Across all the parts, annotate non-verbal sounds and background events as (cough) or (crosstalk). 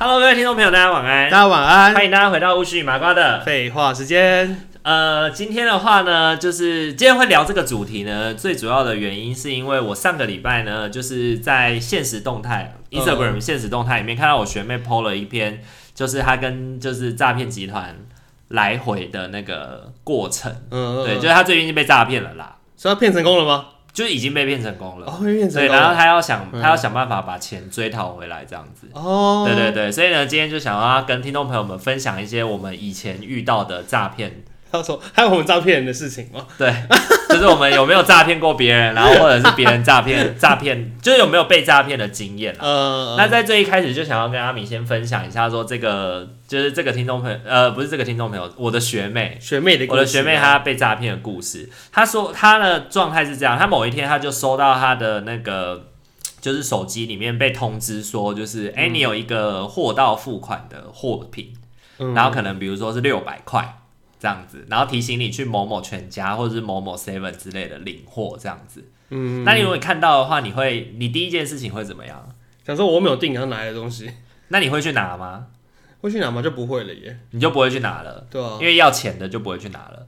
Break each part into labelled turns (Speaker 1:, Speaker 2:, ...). Speaker 1: Hello，各位听众朋友，大家晚安
Speaker 2: 大。家晚安。
Speaker 1: 欢迎大家回到巫师与麻瓜的。
Speaker 2: 废话时间，
Speaker 1: 呃，今天的话呢，就是今天会聊这个主题呢，最主要的原因是因为我上个礼拜呢，就是在现实动态
Speaker 2: 嗯
Speaker 1: Instagram 现实动态里面看到我学妹 PO 了一篇，就是她跟就是诈骗集团来回的那个过程。
Speaker 2: 嗯，
Speaker 1: 对，就是她最近是被诈骗了啦，
Speaker 2: 是要骗成功了吗？
Speaker 1: 就是已经被骗成功了。
Speaker 2: 哦，会骗成
Speaker 1: 对，
Speaker 2: 功
Speaker 1: 然后
Speaker 2: 了。
Speaker 1: 她要想，
Speaker 2: 嗯
Speaker 1: 她要想办法把钱追讨回来，这样子。
Speaker 2: 哦，
Speaker 1: 对对对，所以呢，今天就想要跟听众朋友们分享一些我们以前遇到的诈骗， (laughs)
Speaker 2: 他说还有我们诈骗人的事情吗？
Speaker 1: 对，就是我们有没有诈骗过别人，然后或者是别人诈骗 (laughs) 诈骗，就是有没有被诈骗的经验啦。
Speaker 2: 呃，
Speaker 1: 那在最一开始就想要跟阿米先分享一下，说这个就是这个听众朋友，呃，不是这个听众朋友，我的学妹，
Speaker 2: 学妹的故
Speaker 1: 我
Speaker 2: 事啊
Speaker 1: 的学妹她被诈骗的故事。她说她的状态是这样，她某一天她就收到她的那个。就是手机里面被通知说，就是哎、你有一个货到付款的货品，
Speaker 2: 嗯
Speaker 1: 然后可能比如说是六百块这样子，然后提醒你去某某全家或者是某某 seven 之类的领货这样子。
Speaker 2: 嗯，
Speaker 1: 那你如果看到的话，你会你第一件事情会怎么样？
Speaker 2: 想说我没有订，然后拿来的东西
Speaker 1: 那你会去拿吗？
Speaker 2: 会去拿吗？就不会了耶。
Speaker 1: 你就不会去拿了，
Speaker 2: 对啊
Speaker 1: 因，为要钱的就不会去拿了。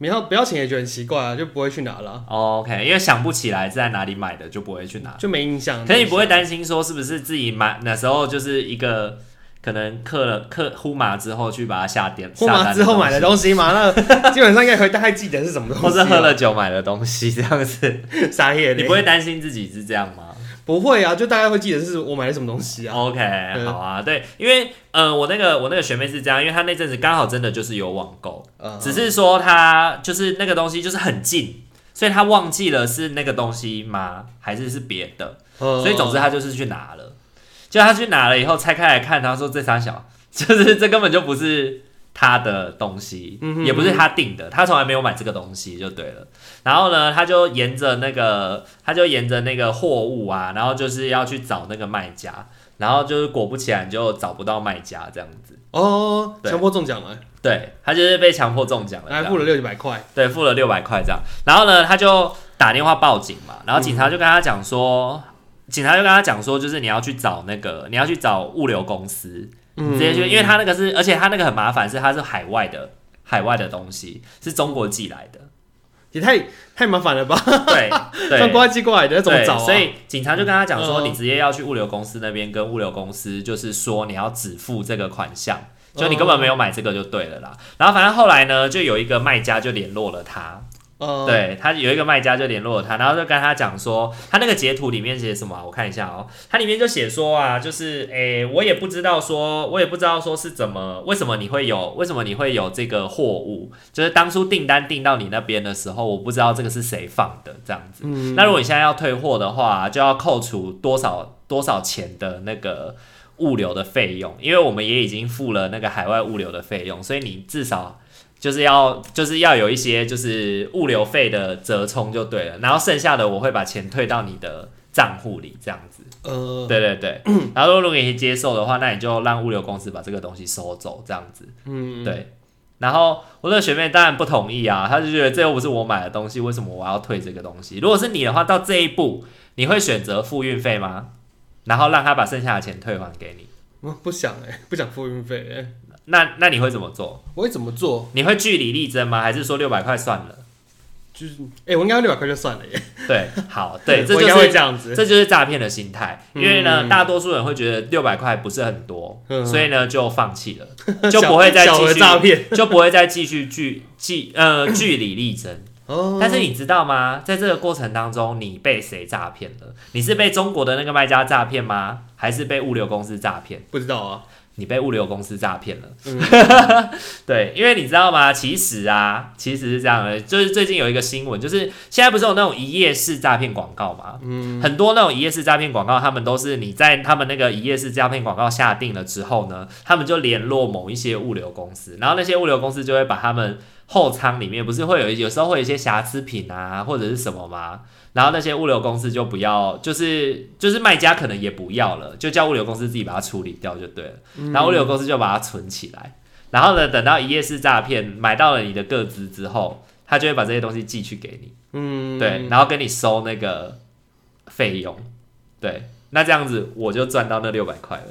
Speaker 2: 不要不要钱也觉得很奇怪啊，就不会去拿了，
Speaker 1: o 哦 OK，因为想不起来是在哪里买的就不会去拿。
Speaker 2: 就没印象。
Speaker 1: 可是你不会担心说是不是自己买那时候就是一个可能刻了刻呼麻之后去把它下点
Speaker 2: 货
Speaker 1: 下
Speaker 2: 嘛
Speaker 1: 单
Speaker 2: 之后买的
Speaker 1: 的
Speaker 2: 东西嘛，那 (laughs) 基本上应该会大概记得是什么
Speaker 1: 东
Speaker 2: 东
Speaker 1: 西，
Speaker 2: 西吧，啊哦
Speaker 1: 或是喝了酒买的东西这样子，
Speaker 2: 傻眼
Speaker 1: 你
Speaker 2: 嘞。
Speaker 1: 不会担心自己是这样吗？
Speaker 2: 不会啊，就大概会记得是我买了什么东西啊。
Speaker 1: OK，
Speaker 2: 嗯
Speaker 1: 好啊，对，因为呃，我那个我那个学妹是这样，因为她那阵子刚好真的就是有网购，
Speaker 2: 嗯
Speaker 1: 只是说她就是那个东西就是很近，所以她忘记了是那个东西吗，还是是别的，
Speaker 2: 嗯
Speaker 1: 所以总之她就是去拿了，就她去拿了以后拆开来看，她说这三小， (laughs) 就是这根本就不是她的东西，
Speaker 2: 嗯哼
Speaker 1: 也不是她订的，她从来没有买这个东西就对了。然后呢，她就沿着那个，她就沿着那个货物啊，然后就是要去找那个卖家，然后就是果不其然就找不到卖家这样子。
Speaker 2: 哦，
Speaker 1: 对
Speaker 2: 强迫中奖了，
Speaker 1: 对，她就是被强迫中奖了这
Speaker 2: 还
Speaker 1: 样，
Speaker 2: 付了六百块。
Speaker 1: 对，付了六百块这样。然后呢，他就打电话报警嘛，然后警
Speaker 2: 嗯
Speaker 1: 察就跟他讲说，警察就跟他讲说，就是你要去找那个，你要去找物流公司，
Speaker 2: 嗯
Speaker 1: 直接去，因为他那个是，而且他那个很麻烦，是他是海外的，海外的东西是中国寄来的，
Speaker 2: 也太太麻烦了吧？ (laughs)
Speaker 1: 对
Speaker 2: 这样
Speaker 1: 对。
Speaker 2: 国外寄过来的要怎么
Speaker 1: 对
Speaker 2: 找啊？
Speaker 1: 所以警察就跟他讲说，
Speaker 2: 嗯
Speaker 1: 你直接要去物流公司那边跟物流公司，就是说你要只付这个款项，就你根
Speaker 2: 嗯
Speaker 1: 本没有买这个就对了啦。然后反正后来呢，就有一个卖家就联络了他，
Speaker 2: 呃，
Speaker 1: 对他有一个卖家就联络了他，然后就跟他讲说，他那个截图里面写什么啊、我看一下哦，他里面就写说啊，就是诶、我也不知道说，我也不知道说是怎么，为什么你会有，为什么你会有这个货物，就是当初订单订到你那边的时候，我不知道这个是谁放的这样子。
Speaker 2: 嗯
Speaker 1: 那如果你现在要退货的话，就要扣除多少多少钱的那个物流的费用，因为我们也已经付了那个海外物流的费用，所以你至少就是要就是要有一些就是物流费的折冲就对了，然后剩下的我会把钱退到你的账户里这样子。
Speaker 2: 呃，
Speaker 1: 对对
Speaker 2: (clears throat)
Speaker 1: 对，然后如果你接受的话，那你就让物流公司把这个东西收走这样子。
Speaker 2: 嗯，
Speaker 1: 对。然后我那个学妹当然不同意啊，她就觉得这又不是我买的东西，为什么我要退这个东西？如果是你的话，到这一步你会选择付运费吗？然后让他把剩下的钱退还给你，
Speaker 2: 我不想哎，不想付运费哎，
Speaker 1: 那那你会怎么做？
Speaker 2: 我会怎么做？
Speaker 1: 你会据理力争吗？还是说六百块算了？
Speaker 2: 就是哎，我应该要六百块就算了耶。
Speaker 1: 对，好，
Speaker 2: (laughs)
Speaker 1: 对，这
Speaker 2: 我
Speaker 1: 就
Speaker 2: 应该会
Speaker 1: 是
Speaker 2: 这样子。
Speaker 1: 这就是诈骗的心态，因为呢，
Speaker 2: 嗯
Speaker 1: 大多数人会觉得六百块不是很多，
Speaker 2: 嗯
Speaker 1: 所以呢就放弃
Speaker 2: (laughs)
Speaker 1: 了，就不会再
Speaker 2: 小小
Speaker 1: 继
Speaker 2: 额
Speaker 1: 续
Speaker 2: 诈骗。
Speaker 1: 就不会再继续据据呃据理力争。
Speaker 2: 哦，
Speaker 1: 但是你知道吗？在这个过程当中，你被谁诈骗了？你是被中国的那个卖家诈骗吗？还是被物流公司诈骗？
Speaker 2: 不知道啊，
Speaker 1: 你被物流公司诈骗了。 (laughs) 对，因为你知道吗？其实啊，其实是这样的，就是最近有一个新闻，就是现在不是有那种一夜式诈骗广告吗？嗯，很多那种一夜式诈骗广告，他们都是你在他们那个一夜式诈骗广告下定了之后呢，他们就联络某一些物流公司，然后那些物流公司就会把他们后仓里面不是会有有时候会有一些瑕疵品啊，或者是什么吗？然后那些物流公司就不要，就是就是卖家可能也不要了，就叫物流公司自己把它处理掉就对了。然后物流公司就把它存起来，然后呢，等到一夜式诈骗买到了你的个资之后，他就会把这些东西寄去给你，
Speaker 2: 嗯，
Speaker 1: 对，然后跟你收那个费用，对，那这样子我就赚到那六百块了。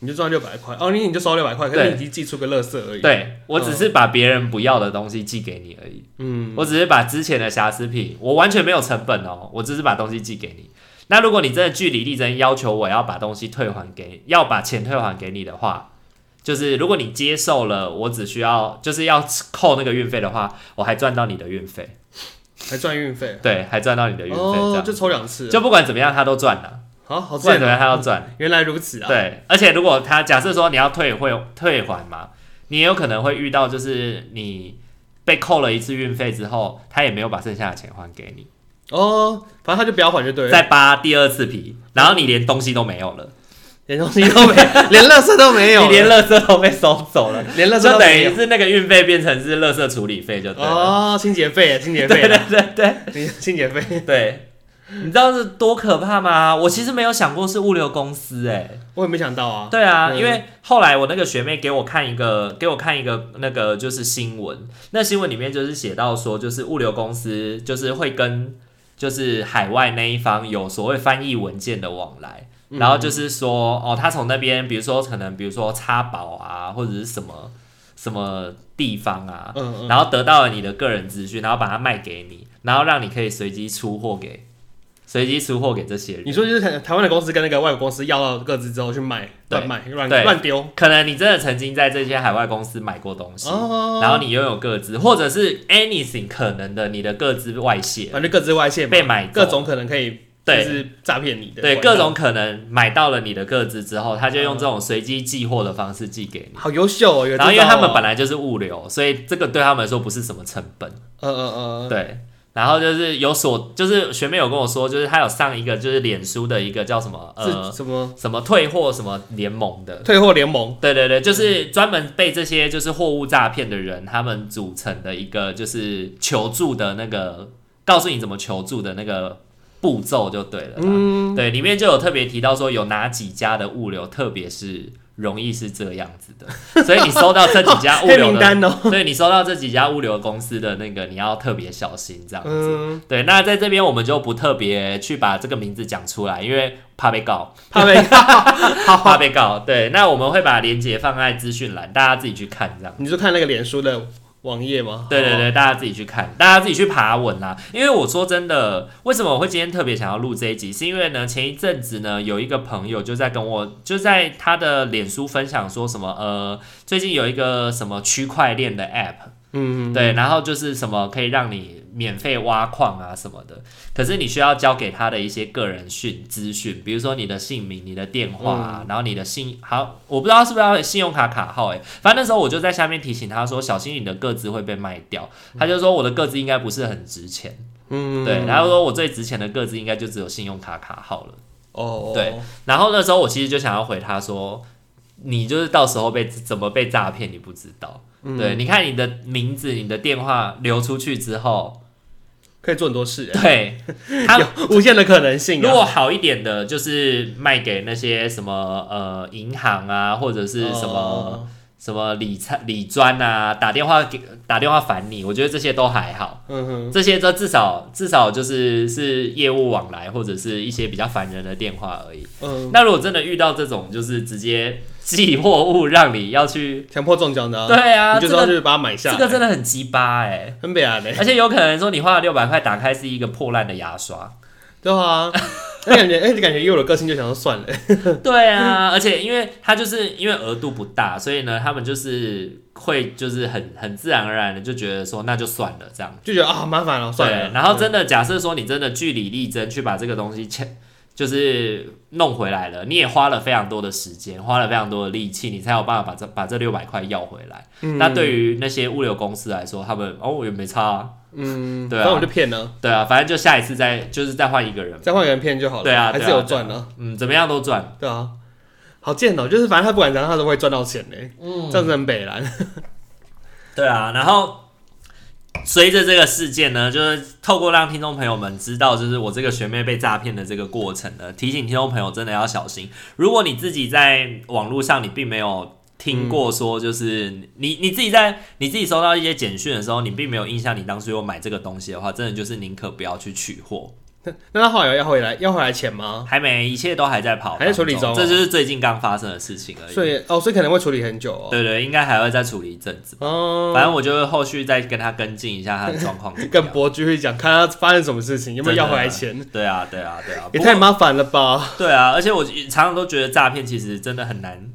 Speaker 2: 你就赚六百块，哦，你你就收六百块，可是
Speaker 1: 对
Speaker 2: 你已经寄出个垃圾而已。，
Speaker 1: 对我只是把别人不要的东西寄给你而已，
Speaker 2: 嗯，
Speaker 1: 我只是把之前的瑕疵品，我完全没有成本哦，我只是把东西寄给你。那如果你真的据理力争要求我要把东西退还给，要把钱退还给你的话，就是如果你接受了，我只需要就是要扣那个运费的话，我还赚到你的运费，
Speaker 2: 还赚运费，
Speaker 1: 对，还赚到你的运费，这
Speaker 2: 哦，
Speaker 1: 样
Speaker 2: 就抽两次，
Speaker 1: 就不管怎么样他都赚了，
Speaker 2: 好好
Speaker 1: 不管
Speaker 2: 赚
Speaker 1: 怎么
Speaker 2: 啊！
Speaker 1: 样他要赚。
Speaker 2: 原来如此啊，，
Speaker 1: 对，而且如果他假设说你要退会退还嘛，你也有可能会遇到就是你被扣了一次运费之后，他也没有把剩下的钱还给你，
Speaker 2: 哦，反正他就不要还就对了，
Speaker 1: 再扒第二次皮，然后你连东西都没有了，
Speaker 2: 连东西都没， (laughs) 连垃圾都没有了，
Speaker 1: 你连垃圾都被收走
Speaker 2: (laughs)
Speaker 1: 了，
Speaker 2: 连垃圾
Speaker 1: 就
Speaker 2: 都
Speaker 1: 等
Speaker 2: 没
Speaker 1: 于
Speaker 2: 有。
Speaker 1: 是那个运费变成是垃圾处理费就对了。 (laughs)
Speaker 2: 哦，清洁费，清洁
Speaker 1: 对
Speaker 2: 费
Speaker 1: 对
Speaker 2: 啊，
Speaker 1: 对对 (laughs)
Speaker 2: 你清洁费，
Speaker 1: 对，你知道是多可怕吗？我其实没有想过是物流公司哎、
Speaker 2: 我也没想到啊。
Speaker 1: 对啊，
Speaker 2: 嗯
Speaker 1: 因为后来我那个学妹给我看一个，给我看一个那个就是新闻，那新闻里面就是写到说，就是物流公司就是会跟就是海外那一方有所谓翻译文件的往来，
Speaker 2: 嗯
Speaker 1: 然后就是说哦，他从那边比如说可能比如说插宝啊，或者是什么什么地方啊，
Speaker 2: 嗯嗯，
Speaker 1: 然后得到了你的个人资讯，然后把它卖给你，然后让你可以随机出货给随机出货给这些人。
Speaker 2: 你说就是台台湾的公司跟那个外国公司要到各自之后去卖，
Speaker 1: 对
Speaker 2: 乱卖，乱
Speaker 1: 对
Speaker 2: 乱丢。
Speaker 1: 可能你真的曾经在这些海外公司买过东西，
Speaker 2: 哦，
Speaker 1: 然后你拥有各自，或者是 anything 可能的，你的各自外泄
Speaker 2: 反正各自外泄嘛，
Speaker 1: 被买走
Speaker 2: 各种可能可以，就
Speaker 1: 对
Speaker 2: 是诈骗你的管
Speaker 1: 对
Speaker 2: 道，
Speaker 1: 各种可能买到了你的各自之后，他就用这种随机寄货的方式寄给你。
Speaker 2: 好优秀哦。有
Speaker 1: 然后因为他们本
Speaker 2: 来，
Speaker 1: 来就是物流，所以这个对他们来说不是什么成本。
Speaker 2: 呃呃呃，
Speaker 1: 对，然后就是有所，就是学妹有跟我说，就是她有上一个就是脸书的一个叫什么
Speaker 2: 是
Speaker 1: 呃
Speaker 2: 什么
Speaker 1: 什么退货什么联盟的，
Speaker 2: 退货联盟？
Speaker 1: 对对对，就是专门被这些就是货物诈骗的人，他们组成的一个就是求助的那个，告诉你怎么求助的那个步骤就对了啦。嗯，对，里面就有特别提到说有哪几家的物流，特别是容易是这样子的， (laughs) 所以你收到这几家啊物
Speaker 2: (laughs) 黑
Speaker 1: 流
Speaker 2: 名
Speaker 1: 的，
Speaker 2: 单哦。
Speaker 1: 所以你收到这几家物流公司的那个，你要特别小心这样子。
Speaker 2: 嗯，
Speaker 1: 对，那在这边我们就不特别去把这个名字讲出来，因为怕被告。
Speaker 2: (laughs) 怕被。
Speaker 1: 怕被告。对，那我们会把链接放在资讯栏，大家自己去看这样
Speaker 2: 你就看那个脸书的网页哦吗？
Speaker 1: 对对对，大家自己去看，大家自己去爬文啦、因为我说真的，为什么我会今天特别想要录这一集，是因为呢，前一阵子呢，有一个朋友就在跟我，就在他的脸书分享说什么，呃，最近有一个什么区块链的 app，
Speaker 2: 嗯，
Speaker 1: 对，然后就是什么可以让你免费挖矿啊什么的，可是你需要交给他的一些个人讯资讯，比如说你的姓名、你的电话、啊，
Speaker 2: 嗯
Speaker 1: 然后你的信好，我不知道是不是要信用卡卡号哎、反正那时候我就在下面提醒他说，小心你的个资会被卖掉。他就说我的个资应该不是很值钱，
Speaker 2: 嗯，
Speaker 1: 对，然后说我最值钱的个资应该就只有信用卡卡号了。
Speaker 2: 哦，
Speaker 1: 对，然后那时候我其实就想要回他说，你就是到时候被怎么被诈骗，你不知道。
Speaker 2: 嗯
Speaker 1: 对，你看你的名字、你的电话流出去之后，
Speaker 2: 可以做很多事，
Speaker 1: 对他
Speaker 2: 有无限的可能
Speaker 1: 啊
Speaker 2: 性
Speaker 1: 如
Speaker 2: 啊。
Speaker 1: 果好一点的，就是卖给那些什么呃银行啊，或者是什么、
Speaker 2: 哦？
Speaker 1: 什么理财理专啊，打电话给打电话烦你，我觉得这些都还好。
Speaker 2: 嗯哼，
Speaker 1: 这些都至少至少就是是业务往来或者是一些比较烦人的电话而已。
Speaker 2: 嗯，
Speaker 1: 那如果真的遇到这种，就是直接寄货物让你要去，
Speaker 2: 强迫中奖的啊，
Speaker 1: 对啊，
Speaker 2: 你
Speaker 1: 这
Speaker 2: 就知道
Speaker 1: 个
Speaker 2: 就是把它买下
Speaker 1: 这
Speaker 2: 来，
Speaker 1: 个真的很鸡巴哎、
Speaker 2: 很北啊嘞，
Speaker 1: 而且有可能说你花了六百块，打开是一个破烂的牙刷。
Speaker 2: 对啊，那感觉哎，感觉以我的个性就想要算了，
Speaker 1: 对啊，而且因为它就是因为额度不大，所以呢，他们就是会就是很很自然而然的就觉得说那就算了这样。
Speaker 2: 就觉得啊麻烦了，算
Speaker 1: 对
Speaker 2: 了，，
Speaker 1: 然后真的假设说你真的据理力争去把这个东西抢就是弄回来了，你也花了非常多的时间，花了非常多的力气，你才有办法把这把这六百块要回来。那对于那些物流公司来说，他们哦我也没差、啊，
Speaker 2: 嗯，
Speaker 1: 对啊
Speaker 2: 反正我就骗了，
Speaker 1: 对啊，反正就下一次再就是再换一个人，
Speaker 2: 再换个人骗就好了，
Speaker 1: 对啊
Speaker 2: 还是
Speaker 1: 对啊
Speaker 2: 有赚的，
Speaker 1: 嗯，怎么样都赚。
Speaker 2: 对啊，好贱哦，就是反正他不管怎样，他都会赚到钱嘞，
Speaker 1: 嗯
Speaker 2: 这样子很北蓝，
Speaker 1: 对啊，然后随着这个事件呢，就是透过让听众朋友们知道，就是我这个学妹被诈骗的这个过程呢，提醒听众朋友真的要小心。如果你自己在网络上你并没有听过说，就是你你自己在你自己收到一些简讯的时候，你并没有印象你当初有买这个东西的话，真的就是宁可不要去取货。
Speaker 2: 那他后来有要回来要回来钱吗？
Speaker 1: 还没，一切都还在跑，
Speaker 2: 哦还在处理中哦
Speaker 1: 这就是最近刚发生的事情而已。
Speaker 2: 所以哦，所以可能会处理很久哦，
Speaker 1: 对对，应该还会再处理一阵子。
Speaker 2: 哦，
Speaker 1: 反正我就会后续再跟他跟进一下他的状
Speaker 2: (laughs)
Speaker 1: 况怎么样。
Speaker 2: 跟博居会讲，看他发生什么事情，有没有要回来钱，
Speaker 1: (laughs) 对啊，对啊，对啊，
Speaker 2: 也
Speaker 1: 不
Speaker 2: 太麻烦了吧？
Speaker 1: 对啊，而且我常常都觉得诈骗其实真的很难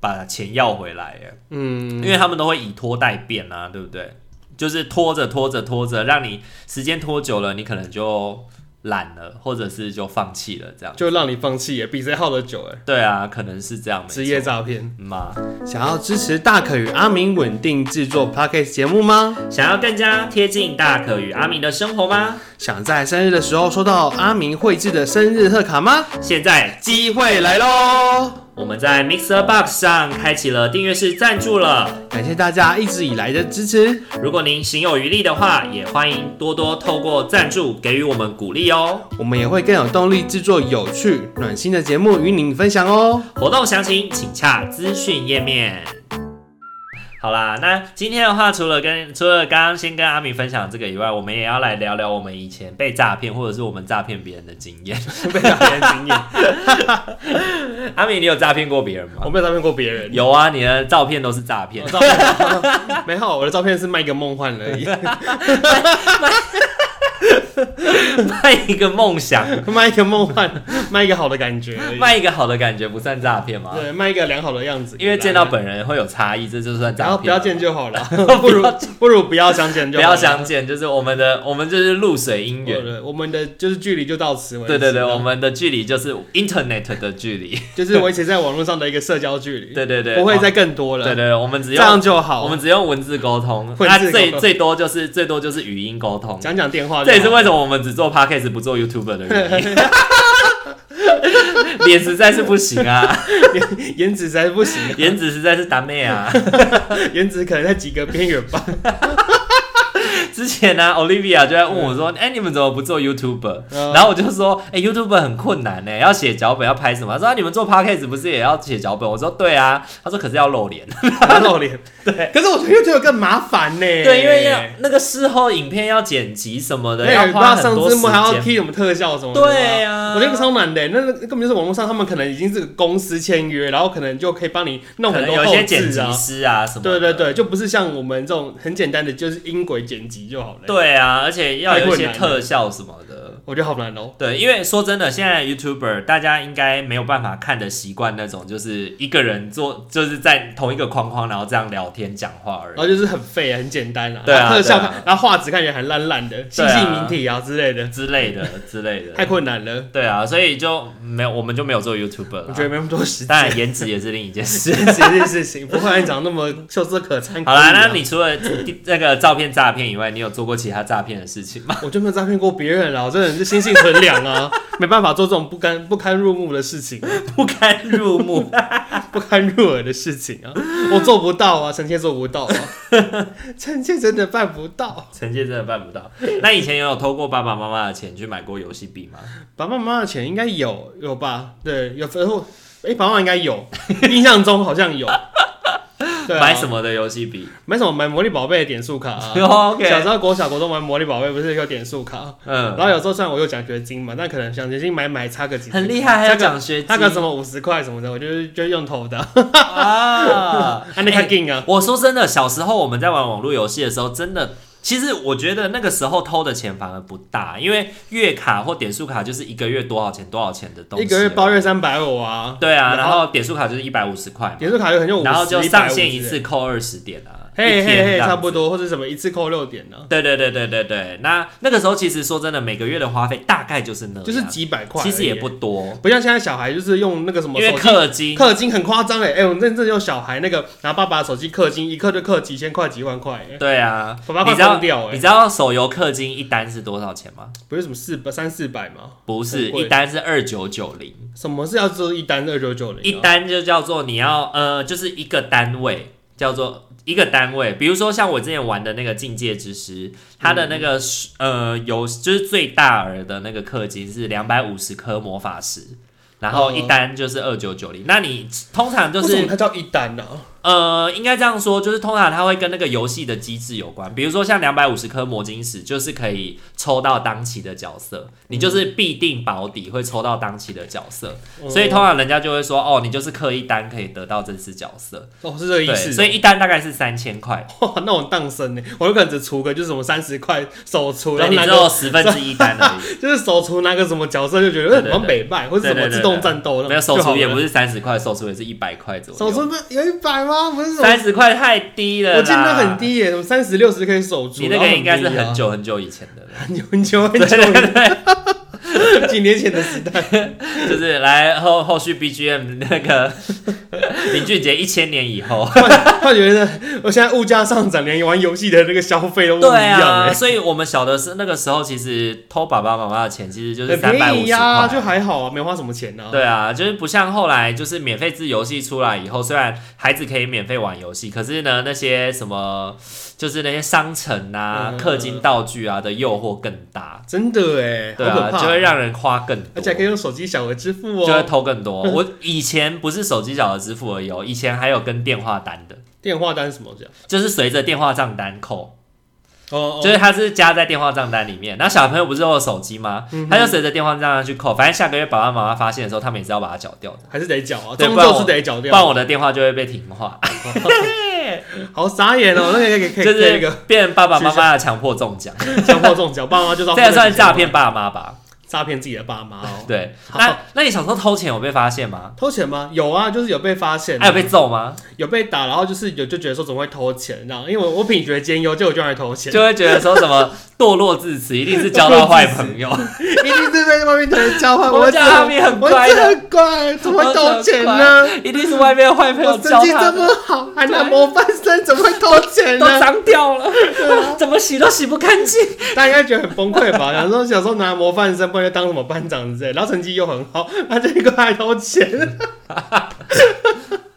Speaker 1: 把钱要回来耶，
Speaker 2: 嗯，
Speaker 1: 因为他们都会以拖代变啊，对不对？就是拖着拖着拖着，让你时间拖久了，你可能就懒了，或者是就放弃了这样。
Speaker 2: 就让你放弃耶，比谁耗得久哎，
Speaker 1: 对啊，可能是这样。没错
Speaker 2: 职业诈骗。
Speaker 1: 嗯嘛，
Speaker 2: 想要支持大可与阿明稳定制作 podcast 节目吗？
Speaker 1: 想要更加贴近大可与阿明的生活吗？
Speaker 2: 想在生日的时候收到阿明绘制的生日贺卡吗？
Speaker 1: 现在
Speaker 2: 机会来喽！
Speaker 1: 我们在 Mixer Box 上开启了订阅式赞助了。
Speaker 2: 感谢大家一直以来的支持。
Speaker 1: 如果您行有余力的话，也欢迎多多透过赞助给予我们鼓励哦。
Speaker 2: 我们也会更有动力制作有趣、暖心的节目与您分享哦。
Speaker 1: 活动详情请洽资讯页面。好啦，那今天的话，除了跟除了刚刚先跟阿米分享这个以外，我们也要来聊聊我们以前被诈骗，或者是我们诈骗别人的经验。
Speaker 2: (laughs)
Speaker 1: (laughs)
Speaker 2: 被诈骗经验，
Speaker 1: 阿米，你有诈骗过别人吗
Speaker 2: 我？没有诈骗过别 (laughs) 人。
Speaker 1: 有啊，你的照片都是诈骗 (laughs)
Speaker 2: (laughs) 我，照片没有，我的照片是卖一个梦幻而已， (laughs)
Speaker 1: 卖一个梦想，
Speaker 2: 卖一个梦幻，卖一个好的感觉而已。
Speaker 1: 卖一个好的感觉，不算诈骗吗？
Speaker 2: 对，卖一个良好的样子。
Speaker 1: 因为见到本人会有差异，这就算诈
Speaker 2: 然
Speaker 1: 骗
Speaker 2: 后
Speaker 1: 吗。
Speaker 2: 不要见就
Speaker 1: (laughs)
Speaker 2: 好了，不如不如不要相见就
Speaker 1: 不
Speaker 2: 好了
Speaker 1: 要相见，就是我们的，我们就是露水姻
Speaker 2: 我
Speaker 1: 缘。
Speaker 2: 的我们的就是距离就到此为止。
Speaker 1: 对对对，我们的距离就是 Internet 的距
Speaker 2: (laughs)
Speaker 1: 离。
Speaker 2: 就是维持在网络上的一个社交距离，
Speaker 1: 对对对，
Speaker 2: 不会再
Speaker 1: 哦
Speaker 2: 更多
Speaker 1: 对
Speaker 2: 了。
Speaker 1: 对对，我们只
Speaker 2: 这样
Speaker 1: 用
Speaker 2: 就好。
Speaker 1: 我们只用文字沟通，
Speaker 2: 文字
Speaker 1: 那
Speaker 2: 沟通
Speaker 1: 最最多就是最多就是语音沟通。
Speaker 2: 讲讲电话就好，
Speaker 1: 这也是为什么我们只做 podcast 不做 YouTuber 的原因。 (laughs) 脸实在是不行
Speaker 2: (laughs)
Speaker 1: 啊，
Speaker 2: 颜值实在不行，
Speaker 1: (laughs) 颜值实在是达妹啊。
Speaker 2: (laughs) 颜值可能在及格边缘
Speaker 1: (laughs)
Speaker 2: 吧。
Speaker 1: 之前
Speaker 2: (laughs)
Speaker 1: 呢、o l i v i a 就在问我说：“哎、你们怎么不做 YouTuber？”
Speaker 2: 嗯
Speaker 1: 然后我就说：“哎、y o u t u b e r 很困难呢、要写脚本，要拍什么？”他说啊：“你们做 podcast 不是也要写脚本？”我说：“对啊。”他说：“可是要露
Speaker 2: (laughs)
Speaker 1: 脸。”
Speaker 2: 然后露脸，对。可是我觉得 YouTube 更麻烦呢。
Speaker 1: 对，因为要那个事后影片要剪辑什么的，
Speaker 2: 对，
Speaker 1: 要
Speaker 2: 不知
Speaker 1: 花
Speaker 2: 道
Speaker 1: 很
Speaker 2: 上
Speaker 1: 多
Speaker 2: 字
Speaker 1: 时
Speaker 2: 幕还要
Speaker 1: 间。
Speaker 2: 贴什么特效什么的。
Speaker 1: 对啊
Speaker 2: 我觉得超难的。那那根本就是网络上，他们可能已经是公司签约，然后可能就可以帮你弄
Speaker 1: 可
Speaker 2: 很
Speaker 1: 能有
Speaker 2: 多
Speaker 1: 一
Speaker 2: 后
Speaker 1: 些剪
Speaker 2: 置
Speaker 1: 辑
Speaker 2: 啊。
Speaker 1: 师啊什么
Speaker 2: 对
Speaker 1: 的。
Speaker 2: 对对，就不是像我们这种很简单的，就是音轨剪辑就好了。，
Speaker 1: 对啊，而且要有一些
Speaker 2: 太困难了
Speaker 1: 特效什么的。
Speaker 2: 我觉得好难哦。
Speaker 1: 对，因为说真的，现在 YouTuber 大家应该没有办法看的习惯那种，就是一个人做，就是在同一个框框，然后这样聊天讲话而已。
Speaker 2: 然后哦就是很废，很简单啊，
Speaker 1: 对啊
Speaker 2: 然后特效
Speaker 1: 对啊
Speaker 2: 看，然后画质看起来很烂烂的，
Speaker 1: 对
Speaker 2: 星
Speaker 1: 啊
Speaker 2: 系明体啊之类的，
Speaker 1: 之类
Speaker 2: (laughs)
Speaker 1: 的之类
Speaker 2: 太
Speaker 1: 的。
Speaker 2: 困难了。
Speaker 1: 对啊，所以就没有，我们就没有做 YouTuber
Speaker 2: 我觉得
Speaker 1: 了。
Speaker 2: 没那么多时间
Speaker 1: 当然，颜值也是另一件事。
Speaker 2: (laughs) 这件事情，不会长那么秀色可餐。
Speaker 1: 好啦，
Speaker 2: 可以啊
Speaker 1: 那你除了那个照片诈骗以外，你有做过其他诈骗的事情吗？ (laughs)
Speaker 2: 我就没有诈骗过别人啦，啊我这人是心性纯良啊，没办法做这种不堪不堪入目的事情，啊
Speaker 1: 不堪入目。
Speaker 2: 不堪入耳的事情啊，我做不到啊，臣妾做不到啊，臣妾真的办不到。啊
Speaker 1: 臣妾真的办不到。那以前也有偷过爸爸妈妈的钱去买过游戏币吗？
Speaker 2: 爸爸妈妈的钱应该有有吧？对，有然后哎，爸爸妈妈应该有， (laughs) 印象中好像有。对、啊，
Speaker 1: 买什？么的哦游戏币、
Speaker 2: 买什么？买魔力宝贝的点数卡、
Speaker 1: (laughs)
Speaker 2: 啊。
Speaker 1: o
Speaker 2: 小时
Speaker 1: k
Speaker 2: 候国小国中玩魔力宝贝，不是有点数卡？然
Speaker 1: 嗯，
Speaker 2: 后有时候虽然我有奖学金嘛，但可能奖学金买买差个几，
Speaker 1: 很厉害，还有
Speaker 2: 差个
Speaker 1: 奖学金
Speaker 2: 差个什么五十块什么的，我就是就用投的，
Speaker 1: 啊
Speaker 2: 啊那
Speaker 1: (laughs) 哎
Speaker 2: 卡劲啊，
Speaker 1: 我说真的，小时候我们在玩网络游戏的时候，真的，其实我觉得那个时候偷的钱反而不大，因为月卡或点数卡就是一个月多少钱多少钱的东西，
Speaker 2: 一个月包月。三百五啊，
Speaker 1: 对啊，然
Speaker 2: 然后
Speaker 1: 后点数卡就是一百五十块嘛，
Speaker 2: 点数卡有很用五
Speaker 1: 然后就
Speaker 2: 十，
Speaker 1: 上限一次扣二十点啊。
Speaker 2: 嘿
Speaker 1: 一天
Speaker 2: 嘿
Speaker 1: 这
Speaker 2: 嘿，
Speaker 1: 样
Speaker 2: 差不多，或者什么一次扣六点啊呢、
Speaker 1: 对对对对对对，那那个时候其实说真的，每个月的花费大概就是那样，
Speaker 2: 就是几百块而已，
Speaker 1: 其实也不多，
Speaker 2: 不像现在小孩就是用那个什么
Speaker 1: 因为
Speaker 2: 手机
Speaker 1: 氪金
Speaker 2: (laughs) 氪金很夸张哎哎，我认真有小孩那个拿爸爸手机氪金，一氪就氪几千块几万块哎、
Speaker 1: 对啊，
Speaker 2: 爸爸
Speaker 1: 你
Speaker 2: 快
Speaker 1: 知道
Speaker 2: 疯掉哎、
Speaker 1: 你知道手游氪金一单是多少钱吗？
Speaker 2: 不是什么四百三四百吗？
Speaker 1: 不是，
Speaker 2: 很贵
Speaker 1: 一单是二九九零，
Speaker 2: 什么是要做一单二九九零？啊
Speaker 1: 一单就叫做你要呃，就是一个单位叫做一个单位，比如说像我之前玩的那个《境界之师》，它的那
Speaker 2: 嗯
Speaker 1: 个、呃有就是最大额的那个氪金是两百五十颗魔法石。然后一单就是二九九零，那你通常就
Speaker 2: 哦为什
Speaker 1: 是
Speaker 2: 么它叫一单呢、啊？
Speaker 1: 呃，应该这样说，就是通常它会跟那个游戏的机制有关。比如说像两百五十颗魔晶石，就是可以抽到当期的角色，你就是必定保底会抽到当期的角色，
Speaker 2: 哦
Speaker 1: 所以通常人家就会说，哦，你就是刻一单可以得到这只角色。
Speaker 2: 哦是这个意
Speaker 1: 对，
Speaker 2: 思，
Speaker 1: 所以一单大概是三千块，
Speaker 2: (laughs) 哇那种当生呢，我有可能只出个就是什么三十块手出，
Speaker 1: 所
Speaker 2: 然
Speaker 1: 以
Speaker 2: 后
Speaker 1: 你
Speaker 2: 拿
Speaker 1: 只有
Speaker 2: 个
Speaker 1: 十分之一单而
Speaker 2: (laughs)
Speaker 1: 已。
Speaker 2: 就是手出拿个什么角色就觉得
Speaker 1: 对对
Speaker 2: 呃好像北拜或者什
Speaker 1: 对对
Speaker 2: 么
Speaker 1: 对
Speaker 2: 自动战斗那种
Speaker 1: 没有手
Speaker 2: 就好
Speaker 1: 出
Speaker 2: 了
Speaker 1: 也不是三十块，手出也是一百块左
Speaker 2: 手
Speaker 1: 右。
Speaker 2: 出不是有一百吗？不是什么
Speaker 1: 三十块太低了，
Speaker 2: 我记得很。低啊耶，什么三十六十可以守住，
Speaker 1: 你那
Speaker 2: 然
Speaker 1: 个
Speaker 2: 后
Speaker 1: 应该是
Speaker 2: 低啊
Speaker 1: 很久很久以前的了。
Speaker 2: 很久很久很
Speaker 1: 对对
Speaker 2: 久
Speaker 1: 对对。
Speaker 2: (laughs) 几年前的时代，
Speaker 1: (laughs) 就是来后后续 BGM 那
Speaker 2: (laughs)
Speaker 1: 个林俊杰一千年以后，
Speaker 2: 他觉得我现在物价上涨，连玩游戏的那个消费都不一
Speaker 1: 对
Speaker 2: 样
Speaker 1: 啊，
Speaker 2: 哎，
Speaker 1: 所以我们小的是那个时候，其实偷爸爸妈妈的钱其实就是
Speaker 2: 很
Speaker 1: 三百
Speaker 2: 便
Speaker 1: 五
Speaker 2: 宜
Speaker 1: 十
Speaker 2: 呀，
Speaker 1: 块。
Speaker 2: 就还好啊，没花什么钱啊。
Speaker 1: 对啊，就是不像后来就是免费制游戏出来以后，虽然孩子可以免费玩游戏，可是呢那些什么就是那些商城啊、
Speaker 2: 嗯
Speaker 1: 氪金道具啊的诱惑更大，
Speaker 2: 真的哎，
Speaker 1: 对
Speaker 2: 好可
Speaker 1: 啊，
Speaker 2: 怕，
Speaker 1: 就会让人花更多，
Speaker 2: 而且还可以用手机小额支付
Speaker 1: 就会
Speaker 2: 哦，
Speaker 1: 偷更多。我以前不是手机小额支付而已哦，以前还有跟电话单的。
Speaker 2: 电话单什么这样。
Speaker 1: 就是随着电话账单扣，
Speaker 2: 哦
Speaker 1: 就是它是加在电话账单里面。那小朋友不是都有手机吗？
Speaker 2: 嗯
Speaker 1: 他就随着电话账单去扣，反正下个月爸爸妈妈发现的时候，他们也是要把它缴掉的，
Speaker 2: 还是得缴啊，
Speaker 1: 对
Speaker 2: 终
Speaker 1: 不然
Speaker 2: 究
Speaker 1: 我
Speaker 2: 是得缴
Speaker 1: 不然
Speaker 2: 掉。
Speaker 1: 我的电话就会被停话，
Speaker 2: 好傻眼哦，那个可以可
Speaker 1: 就
Speaker 2: 以可以那
Speaker 1: 是
Speaker 2: 个
Speaker 1: 变爸爸妈妈的强迫中奖，
Speaker 2: 强迫中奖，爸妈就知道
Speaker 1: 这也算诈骗爸妈吧？
Speaker 2: 啊诈骗自己的爸妈哦。
Speaker 1: 对。
Speaker 2: 好
Speaker 1: 那那你小时候偷钱有被发现吗？
Speaker 2: 偷钱吗？有啊，就是有被发现啊，
Speaker 1: 还哎有被揍吗？
Speaker 2: 有被打，然后就是有就觉得说怎么会偷钱这样，因为我我品学兼优，结果居然还偷钱，
Speaker 1: 就会觉得说什么堕落至此，一定是交到坏朋友。
Speaker 2: 一定是被外面的人教坏。
Speaker 1: 我
Speaker 2: (laughs) 我
Speaker 1: 们家阿咪很
Speaker 2: 我
Speaker 1: 乖
Speaker 2: 这
Speaker 1: 的，
Speaker 2: 很乖，怎么会偷钱呢？
Speaker 1: 一定是外面的坏朋友
Speaker 2: 我
Speaker 1: 教
Speaker 2: 成绩
Speaker 1: 他
Speaker 2: 这
Speaker 1: 的，
Speaker 2: 么好，还拿模范生，怎么会偷钱
Speaker 1: 都
Speaker 2: 呢？
Speaker 1: 脏掉
Speaker 2: (laughs)
Speaker 1: 了，(laughs)
Speaker 2: 啊
Speaker 1: 怎么洗都洗不干净。
Speaker 2: 大家应该觉得很崩溃吧？想说小时候拿模范生，不然就当什么班长之类，然后成绩又很好，他这个还偷
Speaker 1: (laughs)
Speaker 2: 钱，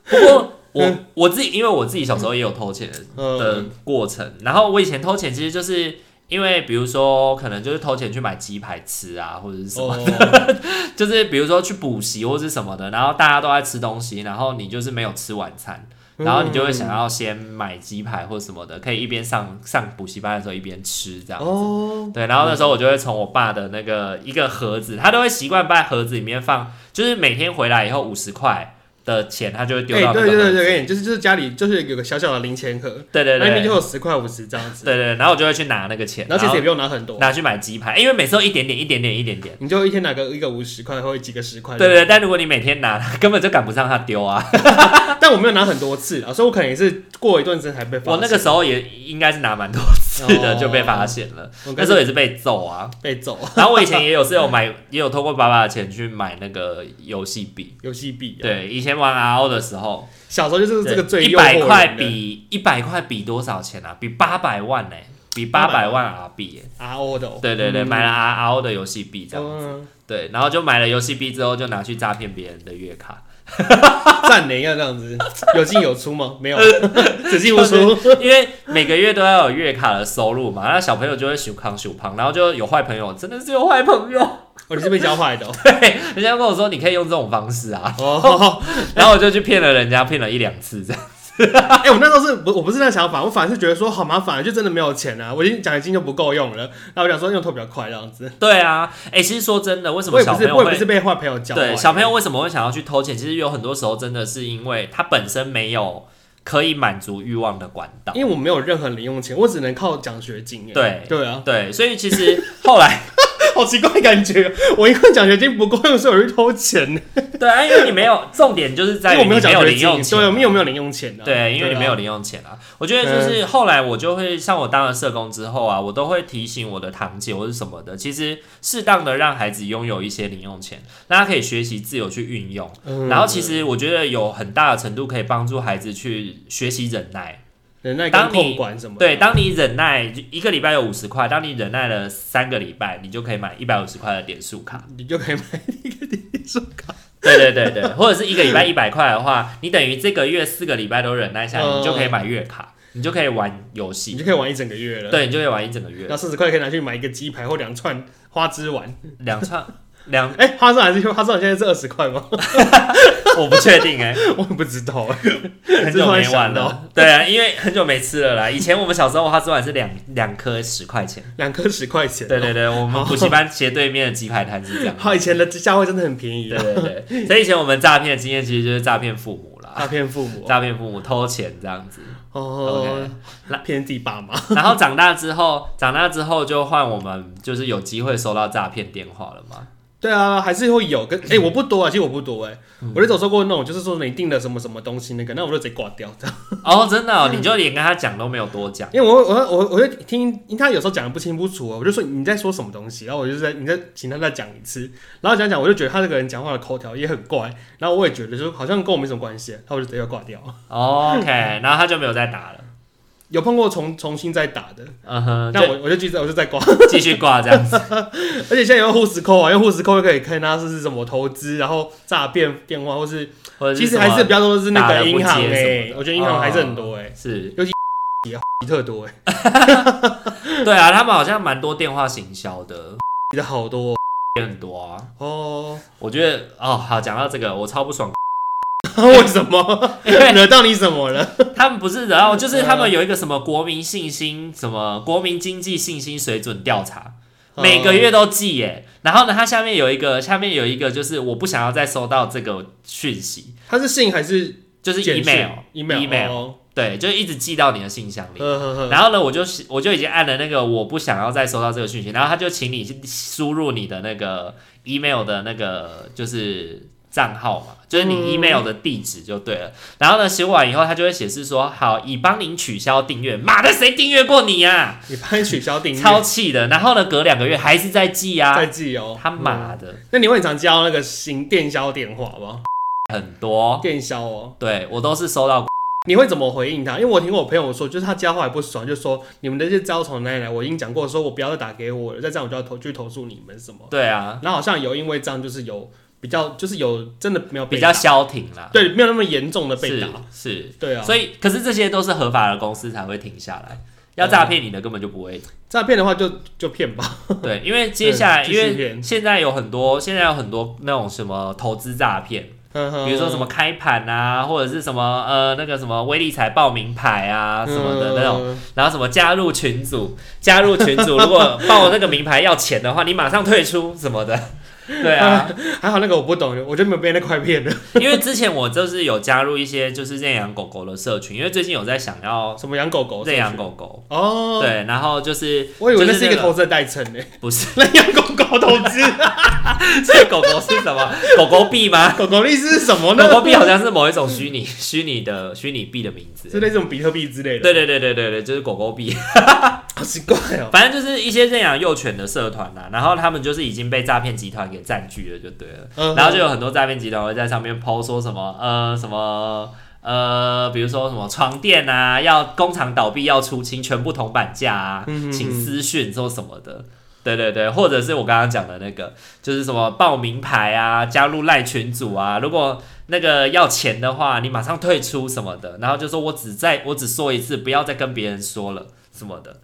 Speaker 1: 不过我我自己，因为我自己小时候也有偷钱的
Speaker 2: 嗯，
Speaker 1: 过程，然后我以前偷钱其实就是因为，比如说可能就是偷钱去买鸡排吃啊，或者是什么，
Speaker 2: 哦，
Speaker 1: 就是比如说去补习或是什么的，然后大家都在吃东西，然后你就是没有吃晚餐。
Speaker 2: 嗯
Speaker 1: 然后你就会想要先买鸡排或什么的，可以一边上上补习班的时候一边吃这样。
Speaker 2: 哦，
Speaker 1: 对，然后那时候我就会从我爸的那个一个盒子，他都会习惯把盒子里面放，就是每天回来以后五十块的钱，他就会丢
Speaker 2: 哎，
Speaker 1: 到那个
Speaker 2: 对
Speaker 1: 盒
Speaker 2: 对对
Speaker 1: 子
Speaker 2: 对，跟你就是就是家里就是有个小小的零钱盒，
Speaker 1: 对对
Speaker 2: 那
Speaker 1: 对，
Speaker 2: 里面就有十块五十这样子，
Speaker 1: 对对对，然后我就会去拿那个钱，然
Speaker 2: 然后其实
Speaker 1: 后
Speaker 2: 也不用拿很多，
Speaker 1: 拿去买鸡排，因为每次都一点点一点点一点点。
Speaker 2: 你就一天拿个一个五十块或者几个十块。
Speaker 1: 对对，对，但如果你每天拿， (laughs) 根本就赶不上它丢啊！
Speaker 2: 但我没有拿很多次啊，所以我可能也是过一段时间才被发现。
Speaker 1: 我那个时候也应该是拿蛮多次的，
Speaker 2: 哦
Speaker 1: 就被发现了。那
Speaker 2: 我那
Speaker 1: 时
Speaker 2: 时
Speaker 1: 候
Speaker 2: 候
Speaker 1: 也是被揍啊。
Speaker 2: 被揍，
Speaker 1: 然后我以前也有是有买， (laughs) 也有通过爸爸的钱去买那个游戏币。
Speaker 2: 游戏币、啊。
Speaker 1: 对，以前玩 RO 的时候，
Speaker 2: 小时候就是这个最
Speaker 1: 一
Speaker 2: 诱惑人
Speaker 1: 百
Speaker 2: 的
Speaker 1: 块比一百块比多少钱啊？比八百万呢、比八百万 R 币耶、
Speaker 2: RO 的、哦。
Speaker 1: 对对对，
Speaker 2: 嗯
Speaker 1: 买了 R RO 的游戏币这样。
Speaker 2: 嗯，
Speaker 1: 对，然后就买了游戏币之后，就拿去诈骗别人的月卡， (laughs)
Speaker 2: 赞你要这样子，有进有出吗？
Speaker 1: (laughs)
Speaker 2: 没有，只进不出。
Speaker 1: 因为每个月都要有月卡的收入嘛，那小朋友就会数康数胖，然后就有坏朋友，真的是有坏朋友， (laughs)
Speaker 2: 哦，你是被教坏的哦。
Speaker 1: 对，人家跟我说你可以用这种方式啊， (laughs)
Speaker 2: 哦，
Speaker 1: 然后我就去骗了人家，骗了一两次这样，
Speaker 2: 哎、我那时候是不，我不是那想法，我反而是觉得说好麻烦，就真的没有钱啊，我已经奖学金就不够用了，那我想说用投比较快这样子。
Speaker 1: 对啊，哎、其实说真的，为什
Speaker 2: 我
Speaker 1: 么
Speaker 2: 也
Speaker 1: 小
Speaker 2: 不
Speaker 1: 朋
Speaker 2: 是，
Speaker 1: 友
Speaker 2: 我也不
Speaker 1: 会
Speaker 2: 是被坏朋友教坏的。啊
Speaker 1: 对小朋友为什么会想要去偷钱？其实有很多时候真的是因为他本身没有可以满足欲望的管道，
Speaker 2: 因为我没有任何零用钱，我只能靠奖学金。哎
Speaker 1: 对
Speaker 2: 对啊， (laughs)
Speaker 1: 对，所以其实后来。 (laughs)
Speaker 2: 好奇怪的感觉，我因为奖学金不够用，所以我去偷钱呢。
Speaker 1: 对啊，因为你没有重点就是 (laughs) 在
Speaker 2: 因
Speaker 1: 于
Speaker 2: 为我
Speaker 1: 你
Speaker 2: 没
Speaker 1: 没
Speaker 2: 有奖
Speaker 1: 有
Speaker 2: 学
Speaker 1: 零
Speaker 2: 金，
Speaker 1: 用钱
Speaker 2: 对，我们有没有零用钱呢？
Speaker 1: 对，因为
Speaker 2: 啊
Speaker 1: 你没有零用钱啊。我觉得就是后来我就会像我当了社工之后啊，我都会提醒我的堂姐或是什么的，其实适当的让孩子拥有一些零用钱，让他可以学习自由去运用。
Speaker 2: 嗯
Speaker 1: 然后其实我觉得有很大的程度可以帮助孩子去学习忍耐。
Speaker 2: 忍耐跟
Speaker 1: 当你
Speaker 2: 控管什么的？
Speaker 1: 对，当你忍耐一个礼拜有五十块，当你忍耐了三个礼拜，你就可以买一百五十块的点数卡。
Speaker 2: 你就可以买 (laughs)
Speaker 1: 对对对对，或者是一个礼
Speaker 2: (laughs)
Speaker 1: 拜一百块的话，你等于这个月四个礼拜都忍耐下来，你就可以买月卡，你就可以玩游戏
Speaker 2: 嗯你就。可以玩一整个月 (laughs) 了。
Speaker 1: 对，你就可以玩一整个月
Speaker 2: 然后，四十块可以拿去买一个鸡排或两串花枝丸。
Speaker 1: 两串两，
Speaker 2: 哎、花枝丸还是花枝丸现在是二十块吗？ (laughs)
Speaker 1: 我不确定哎、
Speaker 2: 我也不知道、
Speaker 1: 很久没玩了。对啊，因为很久没吃了啦。以前我们小时候花枝丸是两两颗十块钱。
Speaker 2: 两颗十块钱。
Speaker 1: 对对对，我们补习班斜对面的鸡排摊是这样。
Speaker 2: 哦好，以前的价位真的很便宜
Speaker 1: 对
Speaker 2: 啊，
Speaker 1: 对对，所以以前我们诈骗的经验其实就是诈骗父母啦，
Speaker 2: 诈骗父母啊
Speaker 1: 诈骗父母偷钱这样
Speaker 2: (laughs)
Speaker 1: 子。
Speaker 2: 哦，骗自己爸妈。
Speaker 1: 然后长大之后，长大之后就换我们就是有机会收到诈骗电话了嘛。
Speaker 2: 对啊，还是会有
Speaker 1: 嗯
Speaker 2: 跟哎、我不多啊，其实我不多哎、我就走收过那种，就是说你订了什么什么东西那个，那我就直接挂掉这样，
Speaker 1: 哦，真的、哦，
Speaker 2: 嗯
Speaker 1: 你就连跟他讲都没有多讲。
Speaker 2: 因为我我我我就听因为他有时候讲的不清不楚，我就说嗯你在说什么东西，然啊后我就在你在请他再讲一次，然后讲讲我就觉得他这个人讲话的口条也很怪，然后我也觉得就好像跟我没什么关系，然啊后我就直接挂掉。 (laughs)
Speaker 1: 哦 OK，然后他就没有再打了。
Speaker 2: 有碰过重重新再打的，
Speaker 1: 嗯哼，
Speaker 2: 那
Speaker 1: 就
Speaker 2: 我我就记得我就再挂，
Speaker 1: 继续挂这样子。
Speaker 2: 而且现在有护士扣啊，用护士扣就可以看他是什么投资，然后诈骗电话或是
Speaker 1: 或者
Speaker 2: 其实
Speaker 1: 什么
Speaker 2: 还是比较多是那
Speaker 1: 打了
Speaker 2: 个
Speaker 1: 不
Speaker 2: 银行
Speaker 1: 接
Speaker 2: 哎、
Speaker 1: 什么的
Speaker 2: 我觉得银行还是很多哎、
Speaker 1: 是，
Speaker 2: 比特多哎、
Speaker 1: 对啊，他们好像蛮多电话行销的，
Speaker 2: 比特好多
Speaker 1: 也很多啊。
Speaker 2: 哦。
Speaker 1: (laughs) 我觉得哦，好，讲到这个，我超不爽，
Speaker 2: 为什么
Speaker 1: 因为
Speaker 2: 惹到你什么了？
Speaker 1: 他们不是然后就是他们有一个什么国民信心、什么国民经济信心水准调查，
Speaker 2: 哦
Speaker 1: 每个月都寄耶。然后呢，它下面有一个，下面有一个就是我不想要再收到这个讯息，
Speaker 2: 他是信还是
Speaker 1: 就是 email，
Speaker 2: email
Speaker 1: email
Speaker 2: 哦
Speaker 1: 对，就一直寄到你的信箱里。
Speaker 2: 呵呵呵
Speaker 1: 然后呢，我就我就已经按了那个我不想要再收到这个讯息，然后他就请你输入你的那个 email 的那个就是账号嘛，就是
Speaker 2: 嗯
Speaker 1: 你 email 的地址就对了。然后呢，写完以后，他就会显示说好，已帮您取消订阅。妈的，谁订阅过你呀、
Speaker 2: 你帮你取消订阅
Speaker 1: 超气的。然后呢，隔两个月还是在寄啊
Speaker 2: 再，寄哦。
Speaker 1: 他妈的，
Speaker 2: 那你会很常接到那个新电销电话吗？
Speaker 1: 很多。
Speaker 2: 电销哦，
Speaker 1: 对我都是收到，
Speaker 2: 你会怎么回应他？因为我听我朋友说，就是他接到后来不爽，就说你们这些招从哪里来？我已经讲过，说我不要再打给我了，再这样我就要投去投诉你们什么。
Speaker 1: 对啊，
Speaker 2: 然后好像有因为这样就是有比较，就是有真的没有被
Speaker 1: 比较
Speaker 2: 打
Speaker 1: 消停啦，
Speaker 2: 对，没有那么严重的被
Speaker 1: 是
Speaker 2: 打。
Speaker 1: 是，
Speaker 2: 对啊，
Speaker 1: 所以可是这些都是合法的公司才会停下来，要
Speaker 2: 啊
Speaker 1: 诈骗你的根本就不
Speaker 2: (laughs)
Speaker 1: 会
Speaker 2: 诈骗的话就就骗吧。
Speaker 1: 对，因为接下来，
Speaker 2: 对
Speaker 1: 因
Speaker 2: 继续
Speaker 1: 为
Speaker 2: 骗
Speaker 1: 现在有很多，现在有很多那种什么投资诈骗，
Speaker 2: 比
Speaker 1: (laughs) 比如说什么开盘啊，或者是什么呃那个什么微理财报名牌啊
Speaker 2: 嗯
Speaker 1: 什么的那种，
Speaker 2: 种，
Speaker 1: 然后什么加入群组，加入群组，如果报那个名牌要钱的话，你马上退出什
Speaker 2: (laughs)
Speaker 1: 么的。对啊，
Speaker 2: 还好那个我不懂，我就没有被那块
Speaker 1: (laughs)
Speaker 2: 骗的。
Speaker 1: 因为之前我就是有加入一些就是认养狗狗的社群，因为最近有在想要
Speaker 2: 什么养狗狗？
Speaker 1: 认养狗狗，
Speaker 2: 哦，
Speaker 1: 对，然后就是
Speaker 2: 我以为那
Speaker 1: 就是
Speaker 2: 一
Speaker 1: 那
Speaker 2: 个
Speaker 1: 个
Speaker 2: 投资的代称呢，
Speaker 1: 不是
Speaker 2: (laughs) 那养狗狗投
Speaker 1: (laughs)
Speaker 2: 资，
Speaker 1: 这狗狗是什么狗狗币吗？
Speaker 2: (laughs) 狗狗意思是什么呢
Speaker 1: 狗？狗币好像是某一种虚拟虚拟的虚拟币的名字。
Speaker 2: (laughs) 是那种比特币之类的，
Speaker 1: 对对对对对对，就是狗狗币，
Speaker 2: 好奇怪哦。
Speaker 1: 反正就是一些认养幼犬的社团呐、然后他们就是已经被诈骗集团给占据了，就对了。
Speaker 2: 嗯
Speaker 1: 然后就有很多诈骗集团会在上面抛说什么呃什么呃，比如说什么床垫啊，要工厂倒闭要出清，全部铜板价啊，
Speaker 2: 嗯嗯嗯
Speaker 1: 请私讯说什么的。对对对，或者是我刚刚讲的那个，就是什么报名牌啊，加入赖群组啊，如果那个要钱的话，你马上退出什么的，然后就说我只在我只说一次，不要再跟别人说了什么的，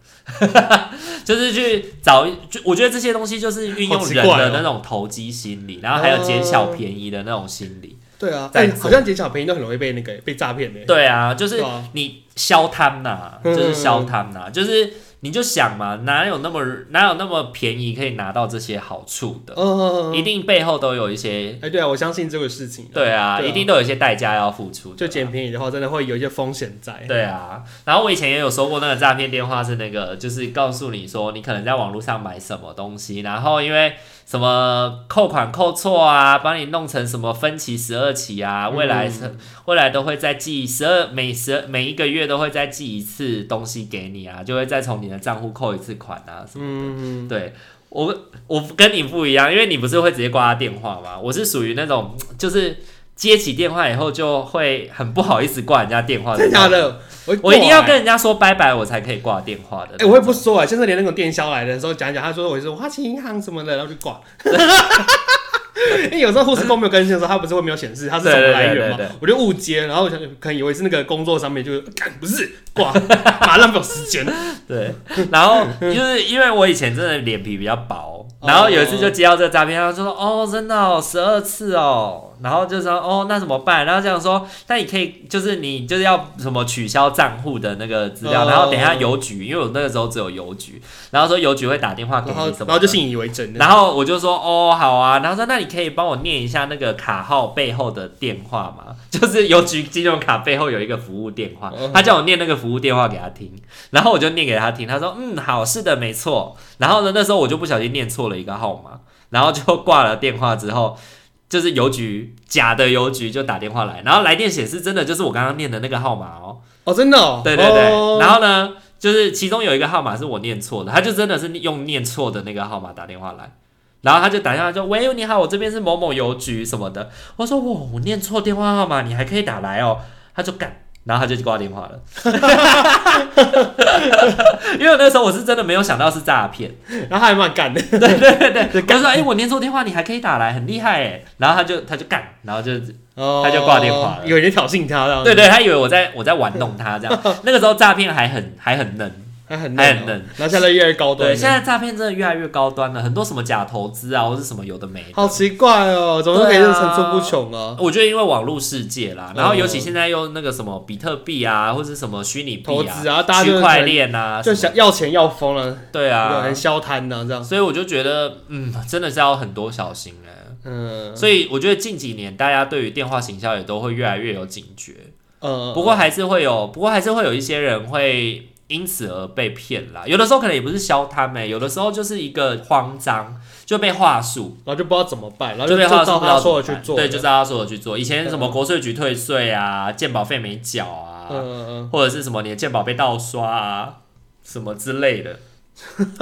Speaker 1: (laughs) 就是去找，就我觉得这些东西就是运用
Speaker 2: 好奇
Speaker 1: 人
Speaker 2: 怪哦
Speaker 1: 的那种投机心理，然后还有捡小便宜的那种心理。
Speaker 2: 对啊，
Speaker 1: 在
Speaker 2: 哎好像捡小便宜都很容易被那个被诈骗的。
Speaker 1: 对啊，就是
Speaker 2: 对啊
Speaker 1: 你消摊呐、
Speaker 2: 嗯
Speaker 1: 就是消摊呐、就是你就想嘛，哪有那么哪有那么便宜可以拿到这些好处的？
Speaker 2: 嗯，
Speaker 1: 一定背后都有一些，
Speaker 2: 哎，对啊，我相信这个事情。
Speaker 1: 对啊，
Speaker 2: 对啊
Speaker 1: 一定都有一些代价要付出的啊。
Speaker 2: 就捡便宜的话，真的会有一些风险在。
Speaker 1: 对啊，然后我以前也有收过那个诈骗电话，是那个就是告诉你说你可能在网络上买什么东西，然后因为什么扣款扣错啊，帮你弄成什么分期十二期
Speaker 2: 嗯
Speaker 1: 啊，未来是、未来都会再寄十二每十每一个月都会再寄一次东西给你啊，就会再从你的账户扣一次款啊什么
Speaker 2: 嗯，
Speaker 1: 对我，我跟你不一样，因为你不是会直接挂他电话吗？我是属于那种就是接起电话以后就会很不好意思挂人家电话的
Speaker 2: 真
Speaker 1: 那种。
Speaker 2: 假的？我
Speaker 1: 我一定要跟。人家说拜拜，我才可以挂电话的。
Speaker 2: 哎、我也不说啊，现在连那种电销来的时候讲一讲，他说我是花旗银行什么的，然后
Speaker 1: (laughs)
Speaker 2: 就挂。因为有时候护士工没有更新的时候，他不是会没有显示他是什么来源
Speaker 1: 对对对
Speaker 2: 吗？
Speaker 1: 对对
Speaker 2: 我就误接，然后我想可能以为是那个工作上面就，干不是
Speaker 1: (laughs)
Speaker 2: 挂，马上浪费我时间。
Speaker 1: 对，然后就是因为我以前真的脸皮比较薄，
Speaker 2: 哦
Speaker 1: 然后有一次就接到这个诈骗，他就说哦，真的哦，十二次哦，然后就说哦，那怎么办？然后这样说，那你可以就是你就是要什么取消账户的那个资料，
Speaker 2: 哦
Speaker 1: 然后等一下邮局，因为我那个时候只有邮局，然后说邮局会打电话给
Speaker 2: 然后
Speaker 1: 你什么的，
Speaker 2: 然后就信以为真了。
Speaker 1: 然后我就说哦，好啊。然后说那你可以帮我念一下那个卡号背后的电话吗？ (laughs) 就是邮局金融卡背后有一个服务电话
Speaker 2: 嗯，
Speaker 1: 他叫我念那个服务电话给他听，然后我就念给他听。他说嗯，好，是的，没错。然后呢，那时候我就不小心念错了一个号码，然后就挂了电话之后。就是邮局假的邮局就打电话来，然后来电显示真的就是我刚刚念的那个号码哦、
Speaker 2: 哦，真的哦。
Speaker 1: 对对对，
Speaker 2: 哦
Speaker 1: 然后呢，就是其中有一个号码是我念错的，他就真的是用念错的那个号码打电话来，然后他就打电话说：“喂，你好，我这边是某某邮局什么的。”我说：“哇，我念错电话号码，你还可以打来哦。”他就干。然后他就挂电话了， (laughs) 因为那时候我是真的没有想到是诈骗，
Speaker 2: 然后他还蛮干的。
Speaker 1: 他就说：“哎、我念错电话，你还可以打来，很厉害哎。”然后他就他就干，然后就 (laughs)
Speaker 2: 哦
Speaker 1: 他就挂电话了
Speaker 2: 有人挑衅他了。
Speaker 1: 对，对，他以为我在我在玩弄他这样。那个时候诈骗还很还很嫩，
Speaker 2: 还很
Speaker 1: 还
Speaker 2: 嫩
Speaker 1: 很
Speaker 2: 哦
Speaker 1: 嫩，
Speaker 2: 然后现在越来越高端
Speaker 1: 对，
Speaker 2: 了。
Speaker 1: 现在诈骗真的越来越高端了，很多什么假投资啊，或是什么有的没的。
Speaker 2: 好奇怪哦，怎么都可以认层出不穷啊？
Speaker 1: 我觉得因为网络世界啦，然后
Speaker 2: 嗯
Speaker 1: 尤其现在又那个什么比特币啊，或是什么虚拟
Speaker 2: 投
Speaker 1: 币
Speaker 2: 资啊，大家
Speaker 1: 区
Speaker 2: 就
Speaker 1: 块链啊，
Speaker 2: 就
Speaker 1: 什么
Speaker 2: 想要钱要疯了，
Speaker 1: 对
Speaker 2: 对，
Speaker 1: 啊
Speaker 2: 很，消摊呢，这样。
Speaker 1: 所以我就觉得，嗯，真的是要很多小心哎、
Speaker 2: 嗯
Speaker 1: 所以我觉得近几年大家对于电话行销也都会越来越有警觉，
Speaker 2: 呃，
Speaker 1: 不过还是会有，不过还是会有一些人会因此而被骗啦。有的时候可能也不是消他们、有的时候就是一个慌张就被话术。
Speaker 2: 然后就不知道怎么办，然后
Speaker 1: 就
Speaker 2: 就
Speaker 1: 被
Speaker 2: 就
Speaker 1: 话
Speaker 2: 照
Speaker 1: 不知道
Speaker 2: 他
Speaker 1: 怎
Speaker 2: 说
Speaker 1: 么
Speaker 2: 的
Speaker 1: 办
Speaker 2: 去做，
Speaker 1: 对，就照他说的去做。以前
Speaker 2: 对啊
Speaker 1: 什么国税局退税啊，健保费没缴啊，
Speaker 2: 嗯嗯嗯
Speaker 1: 或者是什么你的健保被盗刷啊，什么之类
Speaker 2: (laughs)
Speaker 1: 的，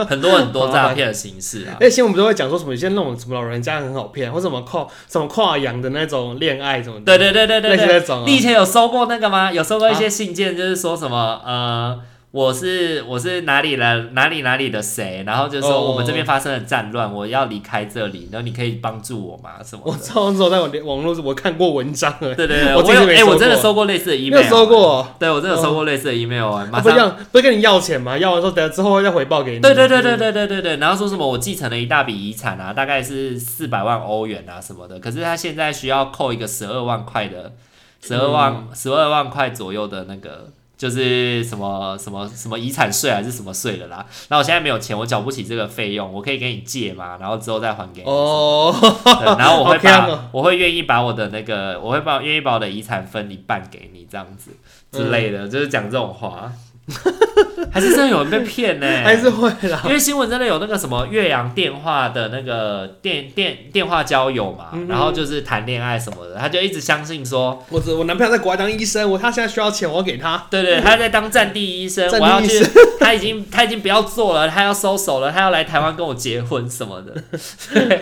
Speaker 1: 很多很多
Speaker 2: 好
Speaker 1: 诈骗的形式啊
Speaker 2: 嗯。。而且我们都会讲说什么，有些那种什么老人家很好骗，或者什么跨什么跨洋的那种恋爱什么的，啊
Speaker 1: 对对对对对
Speaker 2: 类似
Speaker 1: 对。
Speaker 2: 那种啊
Speaker 1: 你以前有收过那个吗？有收过一些信件，就是说什么呃。我是我是哪里来哪里哪里的谁，然后就说
Speaker 2: 哦
Speaker 1: 我们这边发生了战乱，我要离开这里，然后你可以帮助我吗？什么
Speaker 2: 我
Speaker 1: 的？
Speaker 2: 超早在我连网络我看过文章 (laughs) 哎，
Speaker 1: 对对对，
Speaker 2: 我
Speaker 1: 我
Speaker 2: 自己
Speaker 1: 有
Speaker 2: 没
Speaker 1: 哎、
Speaker 2: 收
Speaker 1: 我真的
Speaker 2: 过
Speaker 1: 收过类似的
Speaker 2: 你有
Speaker 1: email，
Speaker 2: 收过？
Speaker 1: 对，我真的收过类似的 email 啊、马
Speaker 2: 不是
Speaker 1: 上。
Speaker 2: 要不是跟你要钱吗？要完之后等下之后再回报哦给你。
Speaker 1: 对对对对对对对对，然后说什么我继承了一大笔遗产啊，大概是四百万欧元啊什么的，可是他现在需要扣一个十二万块的，十二万
Speaker 2: 嗯
Speaker 1: 十二、12万块左右的那个就是什么什么什么遗产税还是什么税的啦。然后我现在没有钱，我缴不起这个费用，我可以给你借嘛，然后之后再还给你。(laughs)
Speaker 2: 哦， (laughs)
Speaker 1: 对然后我会
Speaker 2: 好香哦
Speaker 1: 把我会愿意把我的那个我会把愿意把我的遗产分一半给你这样子之类
Speaker 2: 嗯
Speaker 1: 的，就是讲这种话， (laughs) 还是真的有人被骗呢、
Speaker 2: (laughs) 还是会啦。
Speaker 1: 因为新闻真的有那个什么岳阳电话的那个电电电话交友嘛，
Speaker 2: 嗯哼
Speaker 1: 然后就是谈恋爱什么的，他就一直相信说，
Speaker 2: 我只我男朋友在国外当医生，我他现在需要钱，我要给他。
Speaker 1: 对对，他在当战地医生，
Speaker 2: 嗯战
Speaker 1: 我要
Speaker 2: 地医
Speaker 1: 去，他已经他已经不要做了，他要收手了，他要来台湾跟我结婚什么的， (laughs) 对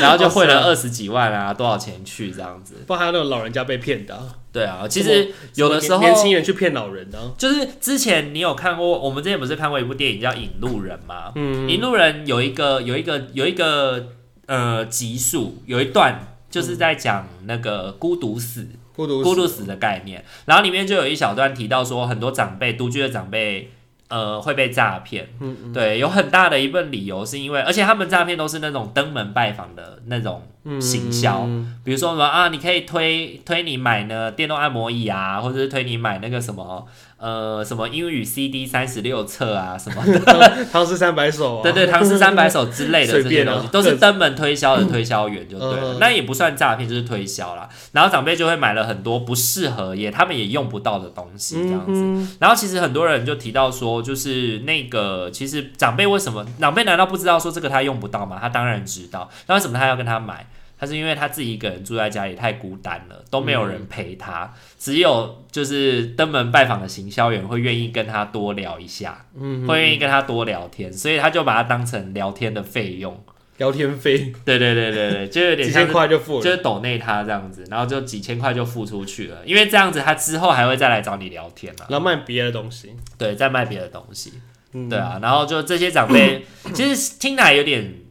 Speaker 1: 然后就汇了二十几万啊，多少钱去这样子，
Speaker 2: 不然还有那种老人家被骗的啊、
Speaker 1: 对啊，其实有的时候
Speaker 2: 年轻人去骗老人的啊、
Speaker 1: 就是之前你有看过，我们之前不是看过一部电影叫《引路人》吗？
Speaker 2: 嗯，
Speaker 1: 引路人有一个有一个有一个呃集数，有一段就是在讲那个孤独死、
Speaker 2: 孤独
Speaker 1: 孤独死的概念，然后里面就有一小段提到说，很多长辈独居的长辈。呃，会被诈骗，
Speaker 2: 嗯
Speaker 1: 对，有很大的一部分理由是因为，而且他们诈骗都是那种登门拜访的那种行销
Speaker 2: 嗯
Speaker 1: 比如说什么啊，你可以推推你买呢电动按摩椅啊，或者是推你买那个什么呃什么英语 CD 三十六册啊什么的，
Speaker 2: 唐唐诗三百首啊，
Speaker 1: 对对，唐诗三百首之类的
Speaker 2: 随
Speaker 1: 这些
Speaker 2: 便啊
Speaker 1: 东西，都是登门推销的推销员就对
Speaker 2: 嗯
Speaker 1: 了，那也不算诈骗，就是推销啦。然后长辈就会买了很多不适合也他们也用不到的东西这样子。
Speaker 2: 嗯
Speaker 1: 然后其实很多人就提到说，就是那个其实长辈为什么长辈难道不知道说这个他用不到吗？他当然知道，那为什么他要跟他买？他是因为他自己一个人住在家里太孤单了，都没有人陪他，
Speaker 2: 嗯
Speaker 1: 只有就是登门拜访的行销员会愿意跟他多聊一下，
Speaker 2: 嗯，
Speaker 1: 会愿意跟他多聊天，所以他就把它当成聊天的费用。
Speaker 2: 聊天费
Speaker 1: 对对对对对，就有点
Speaker 2: 几
Speaker 1: 像
Speaker 2: 千
Speaker 1: 是
Speaker 2: 块就付
Speaker 1: 就
Speaker 2: 了，
Speaker 1: 是抖内他这样子，然后就几千块就付出去了，因为这样子他之后还会再来找你聊天啊。
Speaker 2: 然后卖别的东西，
Speaker 1: 对，再卖别的东西。
Speaker 2: 嗯
Speaker 1: 对啊，然后就这些长
Speaker 2: (coughs)
Speaker 1: 辈，其实听来有点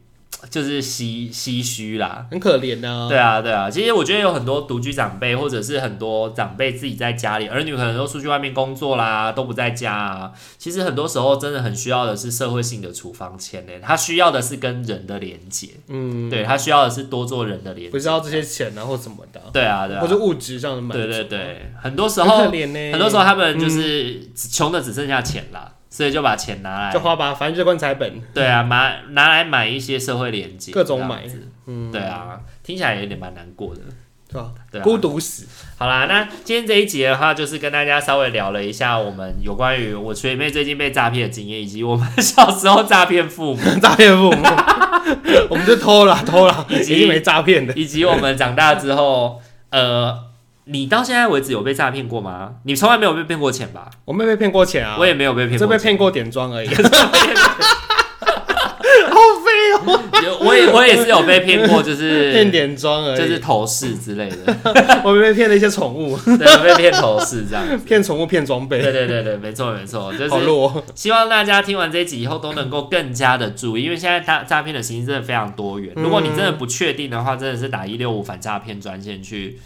Speaker 1: 就是唏唏嘘啦。
Speaker 2: 很可怜呐。
Speaker 1: 对啊，对啊，其实我觉得有很多独居长辈，或者是很多长辈自己在家里，儿女可能都出去外面工作啦，都不在家啊。其实很多时候真的很需要的是社会性的处方签呢，他需要的是跟人的连接，
Speaker 2: 嗯，
Speaker 1: 对他需要的是多做人的连
Speaker 2: 不
Speaker 1: 接。
Speaker 2: 知道这些钱啊或什么的啊，
Speaker 1: 对啊，对啊
Speaker 2: 或，者物质上的满
Speaker 1: 对
Speaker 2: 足啊，
Speaker 1: 对对，很多时
Speaker 2: 很
Speaker 1: 候
Speaker 2: 可怜欸呢。
Speaker 1: 很多时候他们就是穷的只剩下钱啦，所以就把钱拿来
Speaker 2: 就花吧，反正就棺材本。
Speaker 1: 对啊，买拿来买一些社会连接，
Speaker 2: 嗯各种买
Speaker 1: 这样子
Speaker 2: 嗯，
Speaker 1: 对，啊，听起来有点蛮难过的。
Speaker 2: 是吧？
Speaker 1: 对啊
Speaker 2: 孤
Speaker 1: (laughs)
Speaker 2: 独死，
Speaker 1: 好啦，那今天这一集的话，就是跟大家稍微聊了一下我们有关于我学妹最近被诈骗的经验，以及我们小时候诈骗父
Speaker 2: (laughs)
Speaker 1: 母，
Speaker 2: 诈骗
Speaker 1: (laughs)
Speaker 2: 父母，我们就偷了偷了，已
Speaker 1: 及
Speaker 2: 经没诈骗的。
Speaker 1: 以及我们长大之后，呃，你到现在为止有被诈骗过吗？你从来没有被骗过钱吧？
Speaker 2: 我妹被骗过钱啊，
Speaker 1: 我也没有被骗
Speaker 2: 这
Speaker 1: 过 (laughs)
Speaker 2: 被
Speaker 1: 钱，
Speaker 2: 骗过点妆而已，
Speaker 1: 有我也我也是有被骗过，就
Speaker 2: (laughs) 骗
Speaker 1: 是
Speaker 2: 点妆而已。
Speaker 1: 就是头饰之类的，
Speaker 2: 我被骗了一些宠物，
Speaker 1: 对，被骗头饰这样子。
Speaker 2: 骗宠物骗装备，
Speaker 1: 对对对对，没错没错，就是
Speaker 2: 好弱。
Speaker 1: 希望大家听完这一集以后都能够更加的注意，因为现在诈诈骗的形式真的非常多元。
Speaker 2: 嗯
Speaker 1: 如果你真的不确定的话，真的是打一六五反诈骗专线去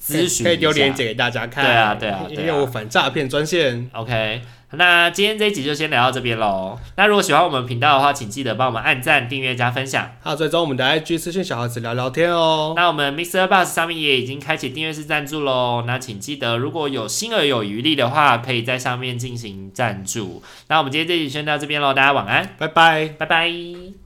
Speaker 1: 咨询
Speaker 2: 可以丢
Speaker 1: 一
Speaker 2: 链
Speaker 1: 下。
Speaker 2: 接哎给大家看。
Speaker 1: 对啊对啊对啊
Speaker 2: 因为我反诈骗专线，
Speaker 1: OK，那今天这一集就先聊到这边喽。那如果喜欢我们频道的话，请记得帮我们按赞、订阅、加分享。
Speaker 2: 还有追踪我们的 IG 私讯小孩子聊聊天哦。
Speaker 1: 那我们 Mr. Bus 上面也已经开启订阅式赞助喽。那请记得，如果有心而有余力的话，可以在上面进行赞助。那我们今天这集先到这边喽，大家晚安，
Speaker 2: 拜拜。
Speaker 1: 拜拜。